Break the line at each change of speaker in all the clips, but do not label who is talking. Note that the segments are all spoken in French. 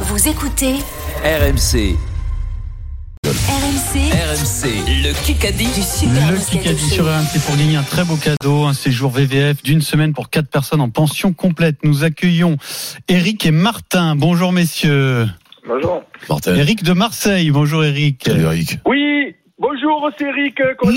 Vous écoutez
RMC,
RMC
RMC, le Kikadi.
du Super
Le
Moscato
Kikadi
Show.
sur RMC pour gagner un très beau cadeau, un séjour VVF d'une semaine pour quatre personnes en pension complète. Nous accueillons Eric et Martin. Bonjour messieurs.
Bonjour.
Martin.
Eric de Marseille. Bonjour Eric.
Salut Eric.
Oui, bonjour, c'est Eric. euh, Comment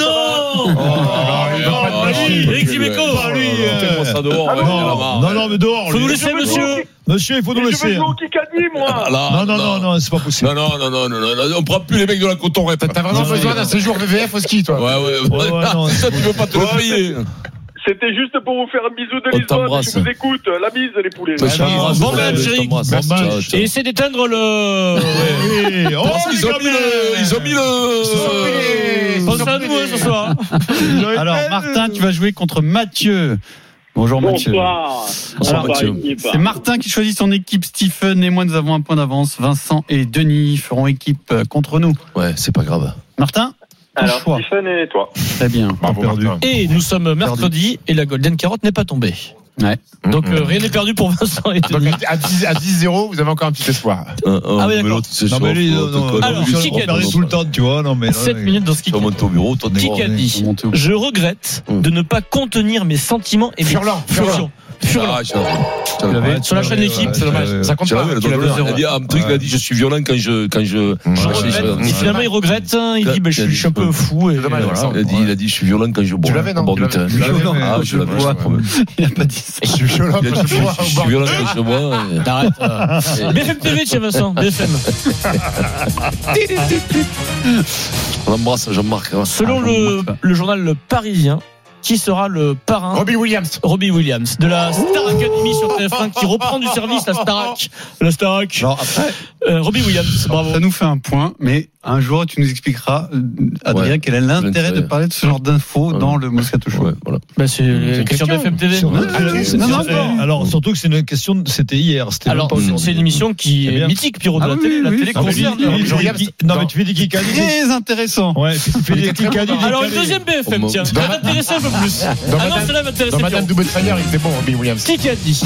Eric Dimeco
Pas lui, euh.
dehors.
Ah
ouais,
non,
il y en a marre.
Non, non, mais dehors. lui.
ça va monsieur
Monsieur, il faut nous
Je veux
laisser.
jouer au
hein.
Kikadi, moi
Ah, là,
Non, non, non, non, c'est pas possible.
Non, non, non, non, non, non, non, on prend plus les mecs de la coton rep. T'as vraiment
besoin
d'un séjour VVF au ski, toi Ouais, ouais,
Ouais, ouais, non,
ouais. Ça, tu veux pas te le
Ouais,
payer.
C'était juste pour vous faire un bisou de
On
Lisbonne.
t'embrasse.
Je vous écoute. La bise, les poulets.
Bah, ça,
non,
bon match,
Eric.
Merci.
Bon match.
Ciao, ciao.
Essaie d'éteindre le.
Eh, Oh,
Parce qu'ils
les
ont mis le-
gamins
Ils ont mis le.
Pense à nous hein, ce soir.
Alors Martin, tu vas jouer contre Mathieu. Bonjour Mathieu.
Bonsoir.
Bonsoir,
Mathieu.
équipe.
C'est Martin qui choisit son équipe. Stephen et moi, nous avons un point d'avance. Vincent et Denis feront équipe euh, contre nous.
Ouais, c'est pas grave.
Martin, ton
Alors,
choix.
Stephen et toi.
Très bien.
Bravo, perdu.
Et nous sommes mercredi et la Golden Carotte n'est pas tombée.
Ouais.
Donc euh, rien n'est perdu pour Vincent
Ah,
et Denis.
à 10 à 10-0, vous avez encore un petit espoir.
Ah,
oui,
mais
d'accord.
l'autre, il se
Non, mais lui,
chauffe,
non,
l'autre,
non,
colle.
Alors,
non,
Lui,
je
il
suis
Kikadi.
remonte
tout le temps, tu vois. Non, mais.
7
non,
minutes dans ce
Il
kick.
remonte au bureau, toi, t'es
Kikadi.
mort.
Kikadi.
Remontez au-
Je regrette
Hum.
de ne pas contenir mes sentiments et mes
Furlan,
furlans. Furlan.
Ah, je l'avais. Je
Tu
l'avais.
l'avais
Sur la chaîne
Ouais,
équipe,
ouais,
c'est dommage.
ouais,
Ça compte
Je
pas.
l'avais, le
tu l'as
double
besoin.
Il a dit, un truc, il a dit, je suis violent quand je, quand je,
Je
Ouais,
regrette,
ouais,
mais
ouais.
finalement il regrette. hein. Il
Ouais.
dit, bah, je, suis- je suis un peu fou. Et,
dommage,
voilà.
Vincent.
Il a dit, il a dit, je suis violent quand je bois.
l'avais, non
À bord
Tu
de
l'avais.
terrain.
Tu l'avais,
Ah,
mais-
je l'avais, je
Ouais.
crois.
Il n'a pas dit ça.
Je suis violent.
Il a dit, je je- je suis violent quand je bois.
T'arrêtes. euh. BFM TV, chez Vincent. BFM.
On embrasse Jean-Marc. hein.
Selon le, le journal Le Parisien, qui sera le parrain
Robin Williams.
Robbie Williams de la Star Academy sur TF1 qui reprend du service la Starac. La Starac.
Non, après,
Euh, Robbie Williams, bravo.
Ça nous fait un point, mais un jour tu nous expliqueras, euh, Adrien,
Ouais.
quel est l'intérêt de
L'intérêt.
parler de ce genre d'infos
Ouais.
dans le Moscato Show.
Ouais, voilà.
Bah, c'est euh,
question.
sur BFM TV.
sur-
Non,
c'est-
non,
c'est-
non, non.
Alors, surtout que c'est une question, c'était hier. c'était
Alors,
même pas
c'est-
aujourd'hui.
c'est une émission qui
Eh
est
bien.
mythique, Pierrot, de
Ah
la
oui,
télé. La
oui,
télé
ça
Non, mais
concerne.
tu fais des-
Jean Williams.
des- Non, mais tu fais des Kikadi. des-
Très intéressant.
Ouais, tu fais des Kikadi. des
Alors, une
Kikadi.
deuxième BFM,
Dans
tiens. Ça va t'intéresser un peu plus.
Dans
Ah non,
Madame-
cela va t'intéresser,
Dans Madame
Pierrot.
Doubtfire, il était bon, Robin Williams.
Qui qui a dit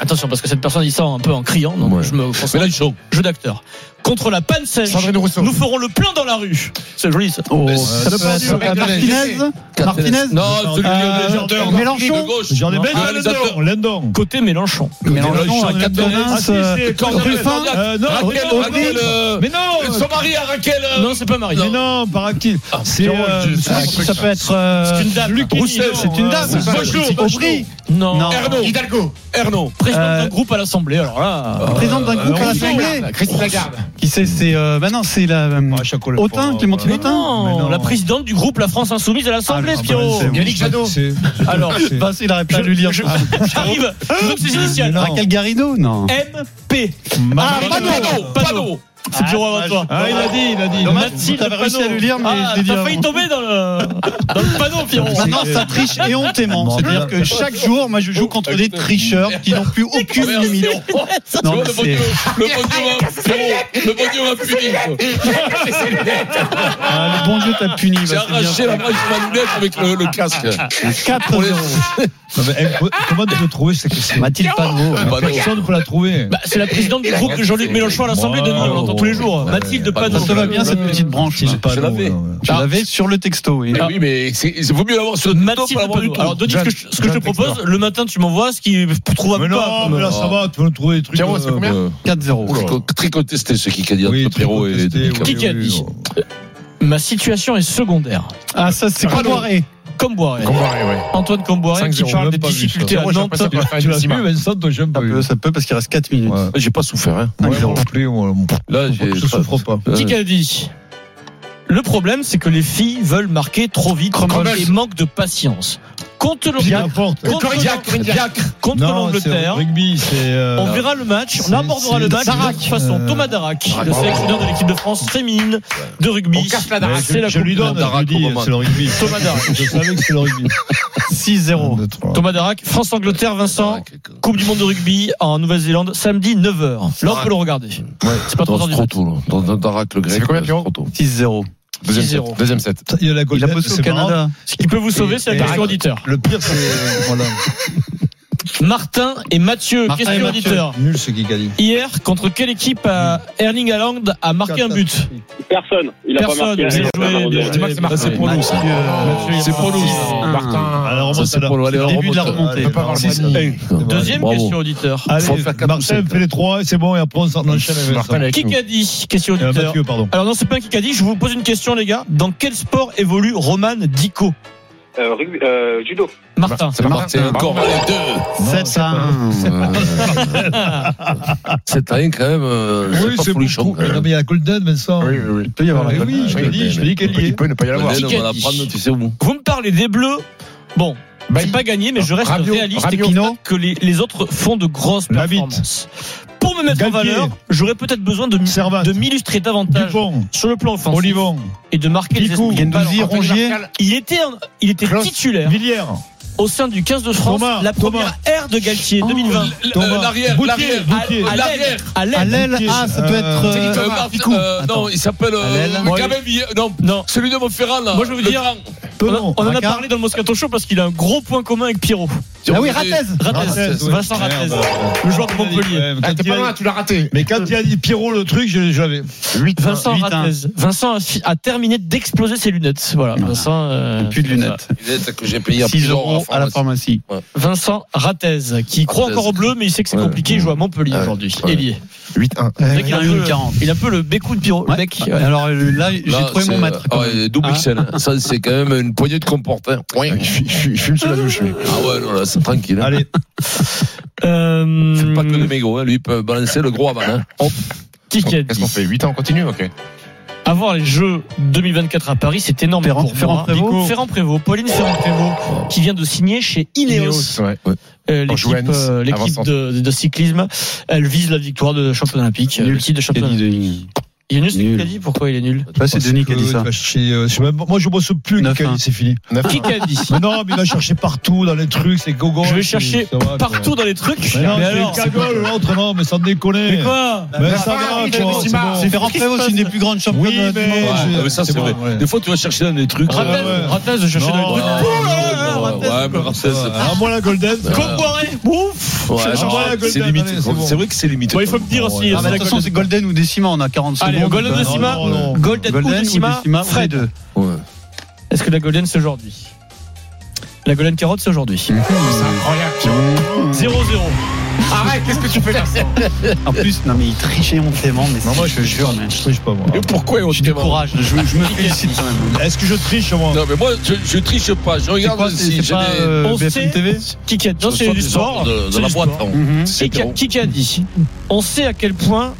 Attention, parce que cette personne dit ça un peu en criant. Donc,
Ouais.
je me
Mais là,
concentre.
ils sont.
Jeu d'acteur. Contre la panne sèche,
Sandrine Rousseau.
nous ferons le plein dans la rue. C'est joli, ça.
Oh, ça
ça peut
peut
être
être-
avec
Martinez Martinez
Non, celui
Euh,
qui est de
Mélenchon.
De gauche.
J'en ai bien.
Ah,
Lendon, Lendon.
Côté Mélenchon.
Mélenchon
Mélenchon,
à
Ah, si,
80. euh,
c'est-
Ruffin.
Euh, non,
Raquel,
Odile.
Raquel, euh,
Mais non,
Son mari à Raquel. euh,
Non, c'est pas Marie.
Mais non, par acquis.
Ah,
C'est
Pierrot,
euh,
je-
ça,
c'est un
ça peut être euh,
C'est une dame.
Lucchini,
Roussel,
non,
C'est une
euh,
dame.
c'est pas-
Bachelot,
C'est Aubry.
Non.
Non.
Ernaud.
Hidalgo.
Ernaud.
Président
Euh,
d'un groupe à l'Assemblée, alors là.
Présidente d'un groupe à l'Assemblée.
Christine Lagarde.
Qui c'est C'est. euh, Bah non, c'est la. euh,
Ah, Chacolet,
Autain,
pour-
Clémentine
euh,
Autain.
mais non.
la présidente du groupe La France Insoumise à l'Assemblée,
ah, bah,
Spiro.
c'est-
Yannick Jadot.
c'est-
Alors,
c'est-
Bah, il aurait pas
Je-
lu lire.
je-
Ah,
J'arrive. Je veux que ses
Mais
initiales.
non.
Raquel Garrido Non.
MP.
Mar-
Ah, Pano,
Pano. Pano. C'est Pierrot avant toi.
Ah, il a dit, il a dit.
Dommage.
Mathilde
T'avais réussi
Panot.
à le lire, mais
Ah,
je l'ai dit
T'as failli
avant.
tomber dans le, dans le panneau, Pierrot.
Maintenant, ça triche et on t'aimant. C'est-à-dire que chaque jour, moi, je joue contre des tricheurs qui n'ont plus aucune
Merci.
limite.
Tu
Non, mais
vois, le
c'est.
bon Dieu, le bon Dieu m'a- Pierrot, le bon Dieu m'a puni.
Ah, le bon Dieu t'a puni.
J'ai arraché la branche de ma lunette avec le le casque.
4 0
Non, mais, eh, Comment tu peux trouver cette question
Mathilde Panot.
Bah, non.
Personne ne peut la trouver.
Bah, c'est la présidente du groupe de Jean-Luc Mélenchon à l'Assemblée,
Ouais,
Denis, on l'entend tous les jours.
ouais,
Mathilde
ouais,
Panot.
ouais.
Ça va bien, cette petite branche. là.
Pas
je
non,
l'avais.
non, ouais.
Je l'avais sur le texto. oui.
Eh Oui, mais c'est- il vaut mieux l'avoir sur le dos,
Mathilde
pas l'avoir du
Panot.
tout.
Alors, Denis, ce que je, ce que je te propose, le matin, tu m'envoies ce qui trouve
Mais
pas.
non, mais là, ça va, tu vas nous trouver des trucs.
Pierrot, c'est
euh,
combien
Euh,
4-0.
co- Très contesté ce qui a dit
Oui,
entre Pierrot et
contesté,
Denis
oui,
Carré.
Qui a
oui,
dit
oui.
Ma situation est secondaire.
Ah, ça, c'est
Ah,
pas
non.
Poiré.
Comboiré.
Comparé, ouais.
Antoine Comboiré
5-0,
qui parle
même
des
pas vu ça.
difficultés à
Pierrot, j'ai
Nantes.
l'impression qu'il a fait un
Tu l'as
cinéma.
vu, Vincent, toi, j'ai même
Ça
pas vu.
peut, ça peut parce qu'il reste 4 minutes.
Ouais.
J'ai pas souffert, hein.
Ouais,
Cinq zéro.
moi non plus, moi, mon-
Là, j'ai.
je souffre pas.
Euh,
Qui a dit Le problème, c'est que les filles veulent marquer trop vite
Crumbles.
et manquent de patience. Contre l'Angleterre,
N'importe.
Contre l'Angleterre, contre
Non, c'est
l'Angleterre,
au rugby, c'est. euh,
on verra le match, on
c'est-
abordera le
c'est-
match
Darac.
de toute façon.
Euh,
Thomas Darac, le
Darac.
sélectionneur de l'équipe de France féminine de
On
rugby.
casse la
Ouais,
Darac.
C'est la
je, je
Coupe
lui
du
donne,
Monde.
ah, je lui dis, euh,
Darac,
c'est le rugby.
Thomas Darac.
Je savais que c'est le rugby.
6-0.
Deux, trois.
Thomas Darac, France-Angleterre, Vincent, Coupe du Monde de rugby en Nouvelle-Zélande, samedi 9h. Là, on peut le regarder. C'est pas
Dans
3h
ce
du
trop
mat.
tôt, là. Dans dans Darak, le grec.
fait combien,
là, c'est
Pierrot
trop tôt.
6-0.
Deuxième set.
6-0.
Deuxième set.
Il y a
Il
la
a
Golden,
bossé au
c'est marrant.
Canada.
Ce qui peut vous sauver, c'est la
Et-
question auditeur.
Le pire, c'est. Voilà.
Martin et Mathieu,
Martin et
question
Mathieu.
auditeur.
Nul ce qui dit.
Hier, contre quelle équipe euh, Erling Haaland a marqué un but
Personne. Il a pas
Personne.
marqué.
Bien joué, bien
Dis-moi que
joué.
c'est Martin.
C'est pour nous. ça.
C'est pour nous.
Ah.
Martin.
Alors, on
Ça,
remonte
c'est
là.
pour nous. Allez, on
Début de la
remonte.
remontée.
On peut pas avoir le
C'est
droit de-
fini.
Deuxième
Bravo.
question auditeur.
Faut en
Allez,
faire quatre ou
Martin
cinq,
fait les trois, c'est bon, et après on s'en enchaîne avec
Martin
ça.
avec
Qui
nous.
a dit Question
Euh,
auditeur.
Mathieu, pardon.
Alors non, c'est pas un qui a dit. Je vous pose une question, les gars. Dans quel sport évolue Roman Dico
Euh, rugby- euh, judo.
Martin.
Bah.
C'est
C'est
Martin.
encore
Bravo, les deux.
C'est un.
Ah, C'est rien quand même. euh,
Oui,
pas
c'est
folichon,
beaucoup.
quand même.
Non, mais il y a la Golden, Vincent.
Oui, oui, oui.
Il peut y avoir la
Mais oui, je te
Oui,
dis, je te
mais-
dis qu'elle y
Il
est.
peut ne pas y avoir.
Golden, on va la prendre, tu sais où.
Vous me parlez des Bleus. Bon,
Bah,
c'est pas gagné,
euh,
mais je reste
Rabiot,
réaliste et
Rabiot.
constate que les, les autres font de grosses
La bite.
performances. Pour me mettre en
Bah, Galtier.
valeur, j'aurais peut-être besoin de,
Servat.
de m'illustrer davantage
Dupont,
sur le plan offensif
Olivon,
et de marquer les
Picou,
esprits.
Anthony
Gendouzi, Rongier,
Martial.
Il était, en- il était
Klaus.
titulaire
Villiers,
au sein du 15 de France,
Thomas,
la première ère de Galtier 2020.
Thomas.
Euh, L'arrière,
Boutier,
l'arrière.
À-
Gauthier.
à
L'arrière.
l'aile, à
À
l'aile.
l'aile, ah, ça peut être. euh,
Thomas,
Euh, Martin,
Picou.
euh, Non,
Attends.
il s'appelle. euh,
Allez, là.
quand même, il- Non,
Non.
celui de Montferrand là.
Moi, je vais vous
Le
dire-
grand.
On a-
Tonon,
on en a
Racard.
parlé dans le Moscato Show parce qu'il a un gros point commun avec Pierrot.
Ah oui, Ratez
Ratez,
Ratez, ouais.
Vincent Ratez,
Merde. Ah,
le joueur
Oh,
de Montpellier.
Ouais, mais
Ah,
quand
T'es
il
pas
a-
loin, tu l'as raté.
Mais quand il a dit Pierrot le truc, je, je l'avais.
8
Vincent
Huit, hein.
Ratez. Vincent a, fi- a terminé d'exploser ses lunettes. Voilà.
Voilà.
Vincent, euh,
Plus de lunettes.
Lunette que j'ai payé à
6
plusieurs
euros à la pharmacie.
Vincent Ratez, qui croit
Ratez.
encore au bleu, mais il sait que c'est
Ouais.
compliqué. Il joue à Montpellier
Ouais.
aujourd'hui.
Ouais.
Ailier.
8-1.
Le mec,
Ouais,
il a un
ouais,
peu
ouais.
le- Il a un peu le bécou de Pierrot. Le mec. ouais.
Alors euh, là, j'ai
Là,
trouvé mon
c'est-
maître. quand
ah ouais,
même.
double
Hein
XL. Ça, c'est quand même une poignée de hein. comportements. Ouais.
Je suis- je suis- je fume sous la douche. lui.
Ah ouais, non, là, c'est tranquille. hein.
Allez,
Euh,
Il fait pas que des mégots, hein. lui il peut balancer le gros avant. Hein.
qui qui a
Qu'est-ce qu'on
dit
fait 8 ans, on continue Ok.
Avoir les Jeux 2024 à Paris, c'est énorme
Ferrand-
pour
Ferrand
moi.
Prévost.
Nico Ferrand Prévost, Pauline Ferrand
Oh.
Prévost,
Ah,
qui vient de signer chez Ineos,
Ouais.
euh,
En
l'équipe
Jouens,
euh, l'équipe
avant-centre.
de, de cyclisme. Elle vise la victoire de championnat olympique, euh,
Nul.
le titre de
Qu'a dit
championnat.
Denis
Il est nul, ce qu'il
Nul.
a dit. Pourquoi il est nul
Ah, c'est Denis qui a dit ça.
bah, Moi, euh, je bosse plus avec
9-1.
Kali, c'est fini.
Neuf.
Qui qu'a dit
Mais non, mais il va chercher partout dans les trucs, c'est gogo.
Je vais
Ah, c'est-
chercher
ça va, quoi.
partout dans les trucs.
Mais non,
Mais
c'est Bah, une
alors,
cagole, l'autre, non, mais sans déconner.
mais quoi
Mais ça va,
Raphaël,
c'est bon, c'est
Benzema.
bon.
C'est Ferrand Prévost, c'est une des plus grandes championnes
Oui,
du
mais-
monde.
Ouais,
mais ça,
c'est
c'est vrai.
bon, ouais.
Des fois, tu vas chercher dans des trucs. euh,
Ah,
Ratez,
ouais.
Ratez, je cherchais
Non,
dans les
ouais,
trucs. Ouh là là,
ouais,
Ratez,
ouais, mais Ratez, c'est-
Ah, moi, la Golden.
Comboiré, ouf
Ouais,
Je change
ouais,
la Golden,
c'est limité.
allez, c'est bon.
C'est vrai que c'est limité.
Bon, il faut me dire aussi.
Ah, mais
c'est la
de toute façon, c'est Golden ou Décima, on a 40
Allez,
secondes.
Golden
donc, euh,
Décima.
Non, non, non.
Golden,
Golden
ou
ou
Décima,
Décima, Fred.
Fred.
deux.
Ouais.
Est-ce que la Golden c'est aujourd'hui La Golden Carotte c'est aujourd'hui.
Mhm.
C'est incroyable.
0-0.
Arrête, qu'est-ce que tu fais, Vincent
En plus, non mais il trichait honteusement. Mais
Non, moi, je
c'est-
te jure,
mais-
je triche pas, moi.
Mais pourquoi on
J'ai du courage, je, je me félicite quand même.
Est-ce que je triche, moi
Non, mais moi, je, je triche pas. Je regarde
quoi, c'est-
si
c'est
j'ai
pas,
des-
euh,
on
BFM
sait-
TV
Qui qui a non,
je
c'est
sors
du
des
sport.
ordres de, de
C'est
la
du
boîte. hein.
sport.
non.
Mhm.
Qui qui a,
Hétéro.
qui qui a dit On sait à quel point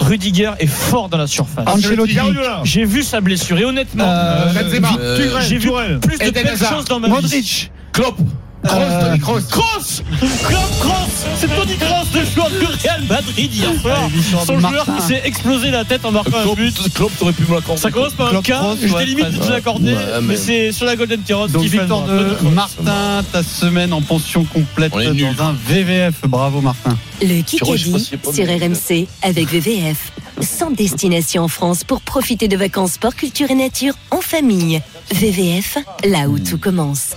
Rudiger est fort dans la surface.
Ancelotti.
Guardiola.
J'ai vu sa blessure et honnêtement,
Euh,
Benzema.
Euh,
Tuchel,
j'ai vu
Tuchel.
plus de
Eden
belles
Hazard.
choses dans ma vie.
Modric.
Klopp.
Euh,
Cross, Cross.
Cross Claude Cross C'est Tony Cross, le joueur du Real Madrid hier soir. Son joueur qui s'est explosé la tête en marquant un
Klopp,
but.
Klopp, t'aurais pu me l'accorder.
Ça commence par un
Klopp
K,
Cross,
j'étais
ouais,
limite
Fred,
de l'accordé,
ouais,
mais
mais-
c'est sur la Golden Carotte
Donc
qui fait
victoire
le-
de Martin, ta semaine en pension complète
On est nuls.
dans un VVF. Bravo Martin.
Le
Pierrot, je sais pas
Kikadi
si c'est pas
sur
mieux.
RMC avec VVF. 100 destinations en France pour profiter de vacances sport, culture et nature en famille. VVF, là où tout commence.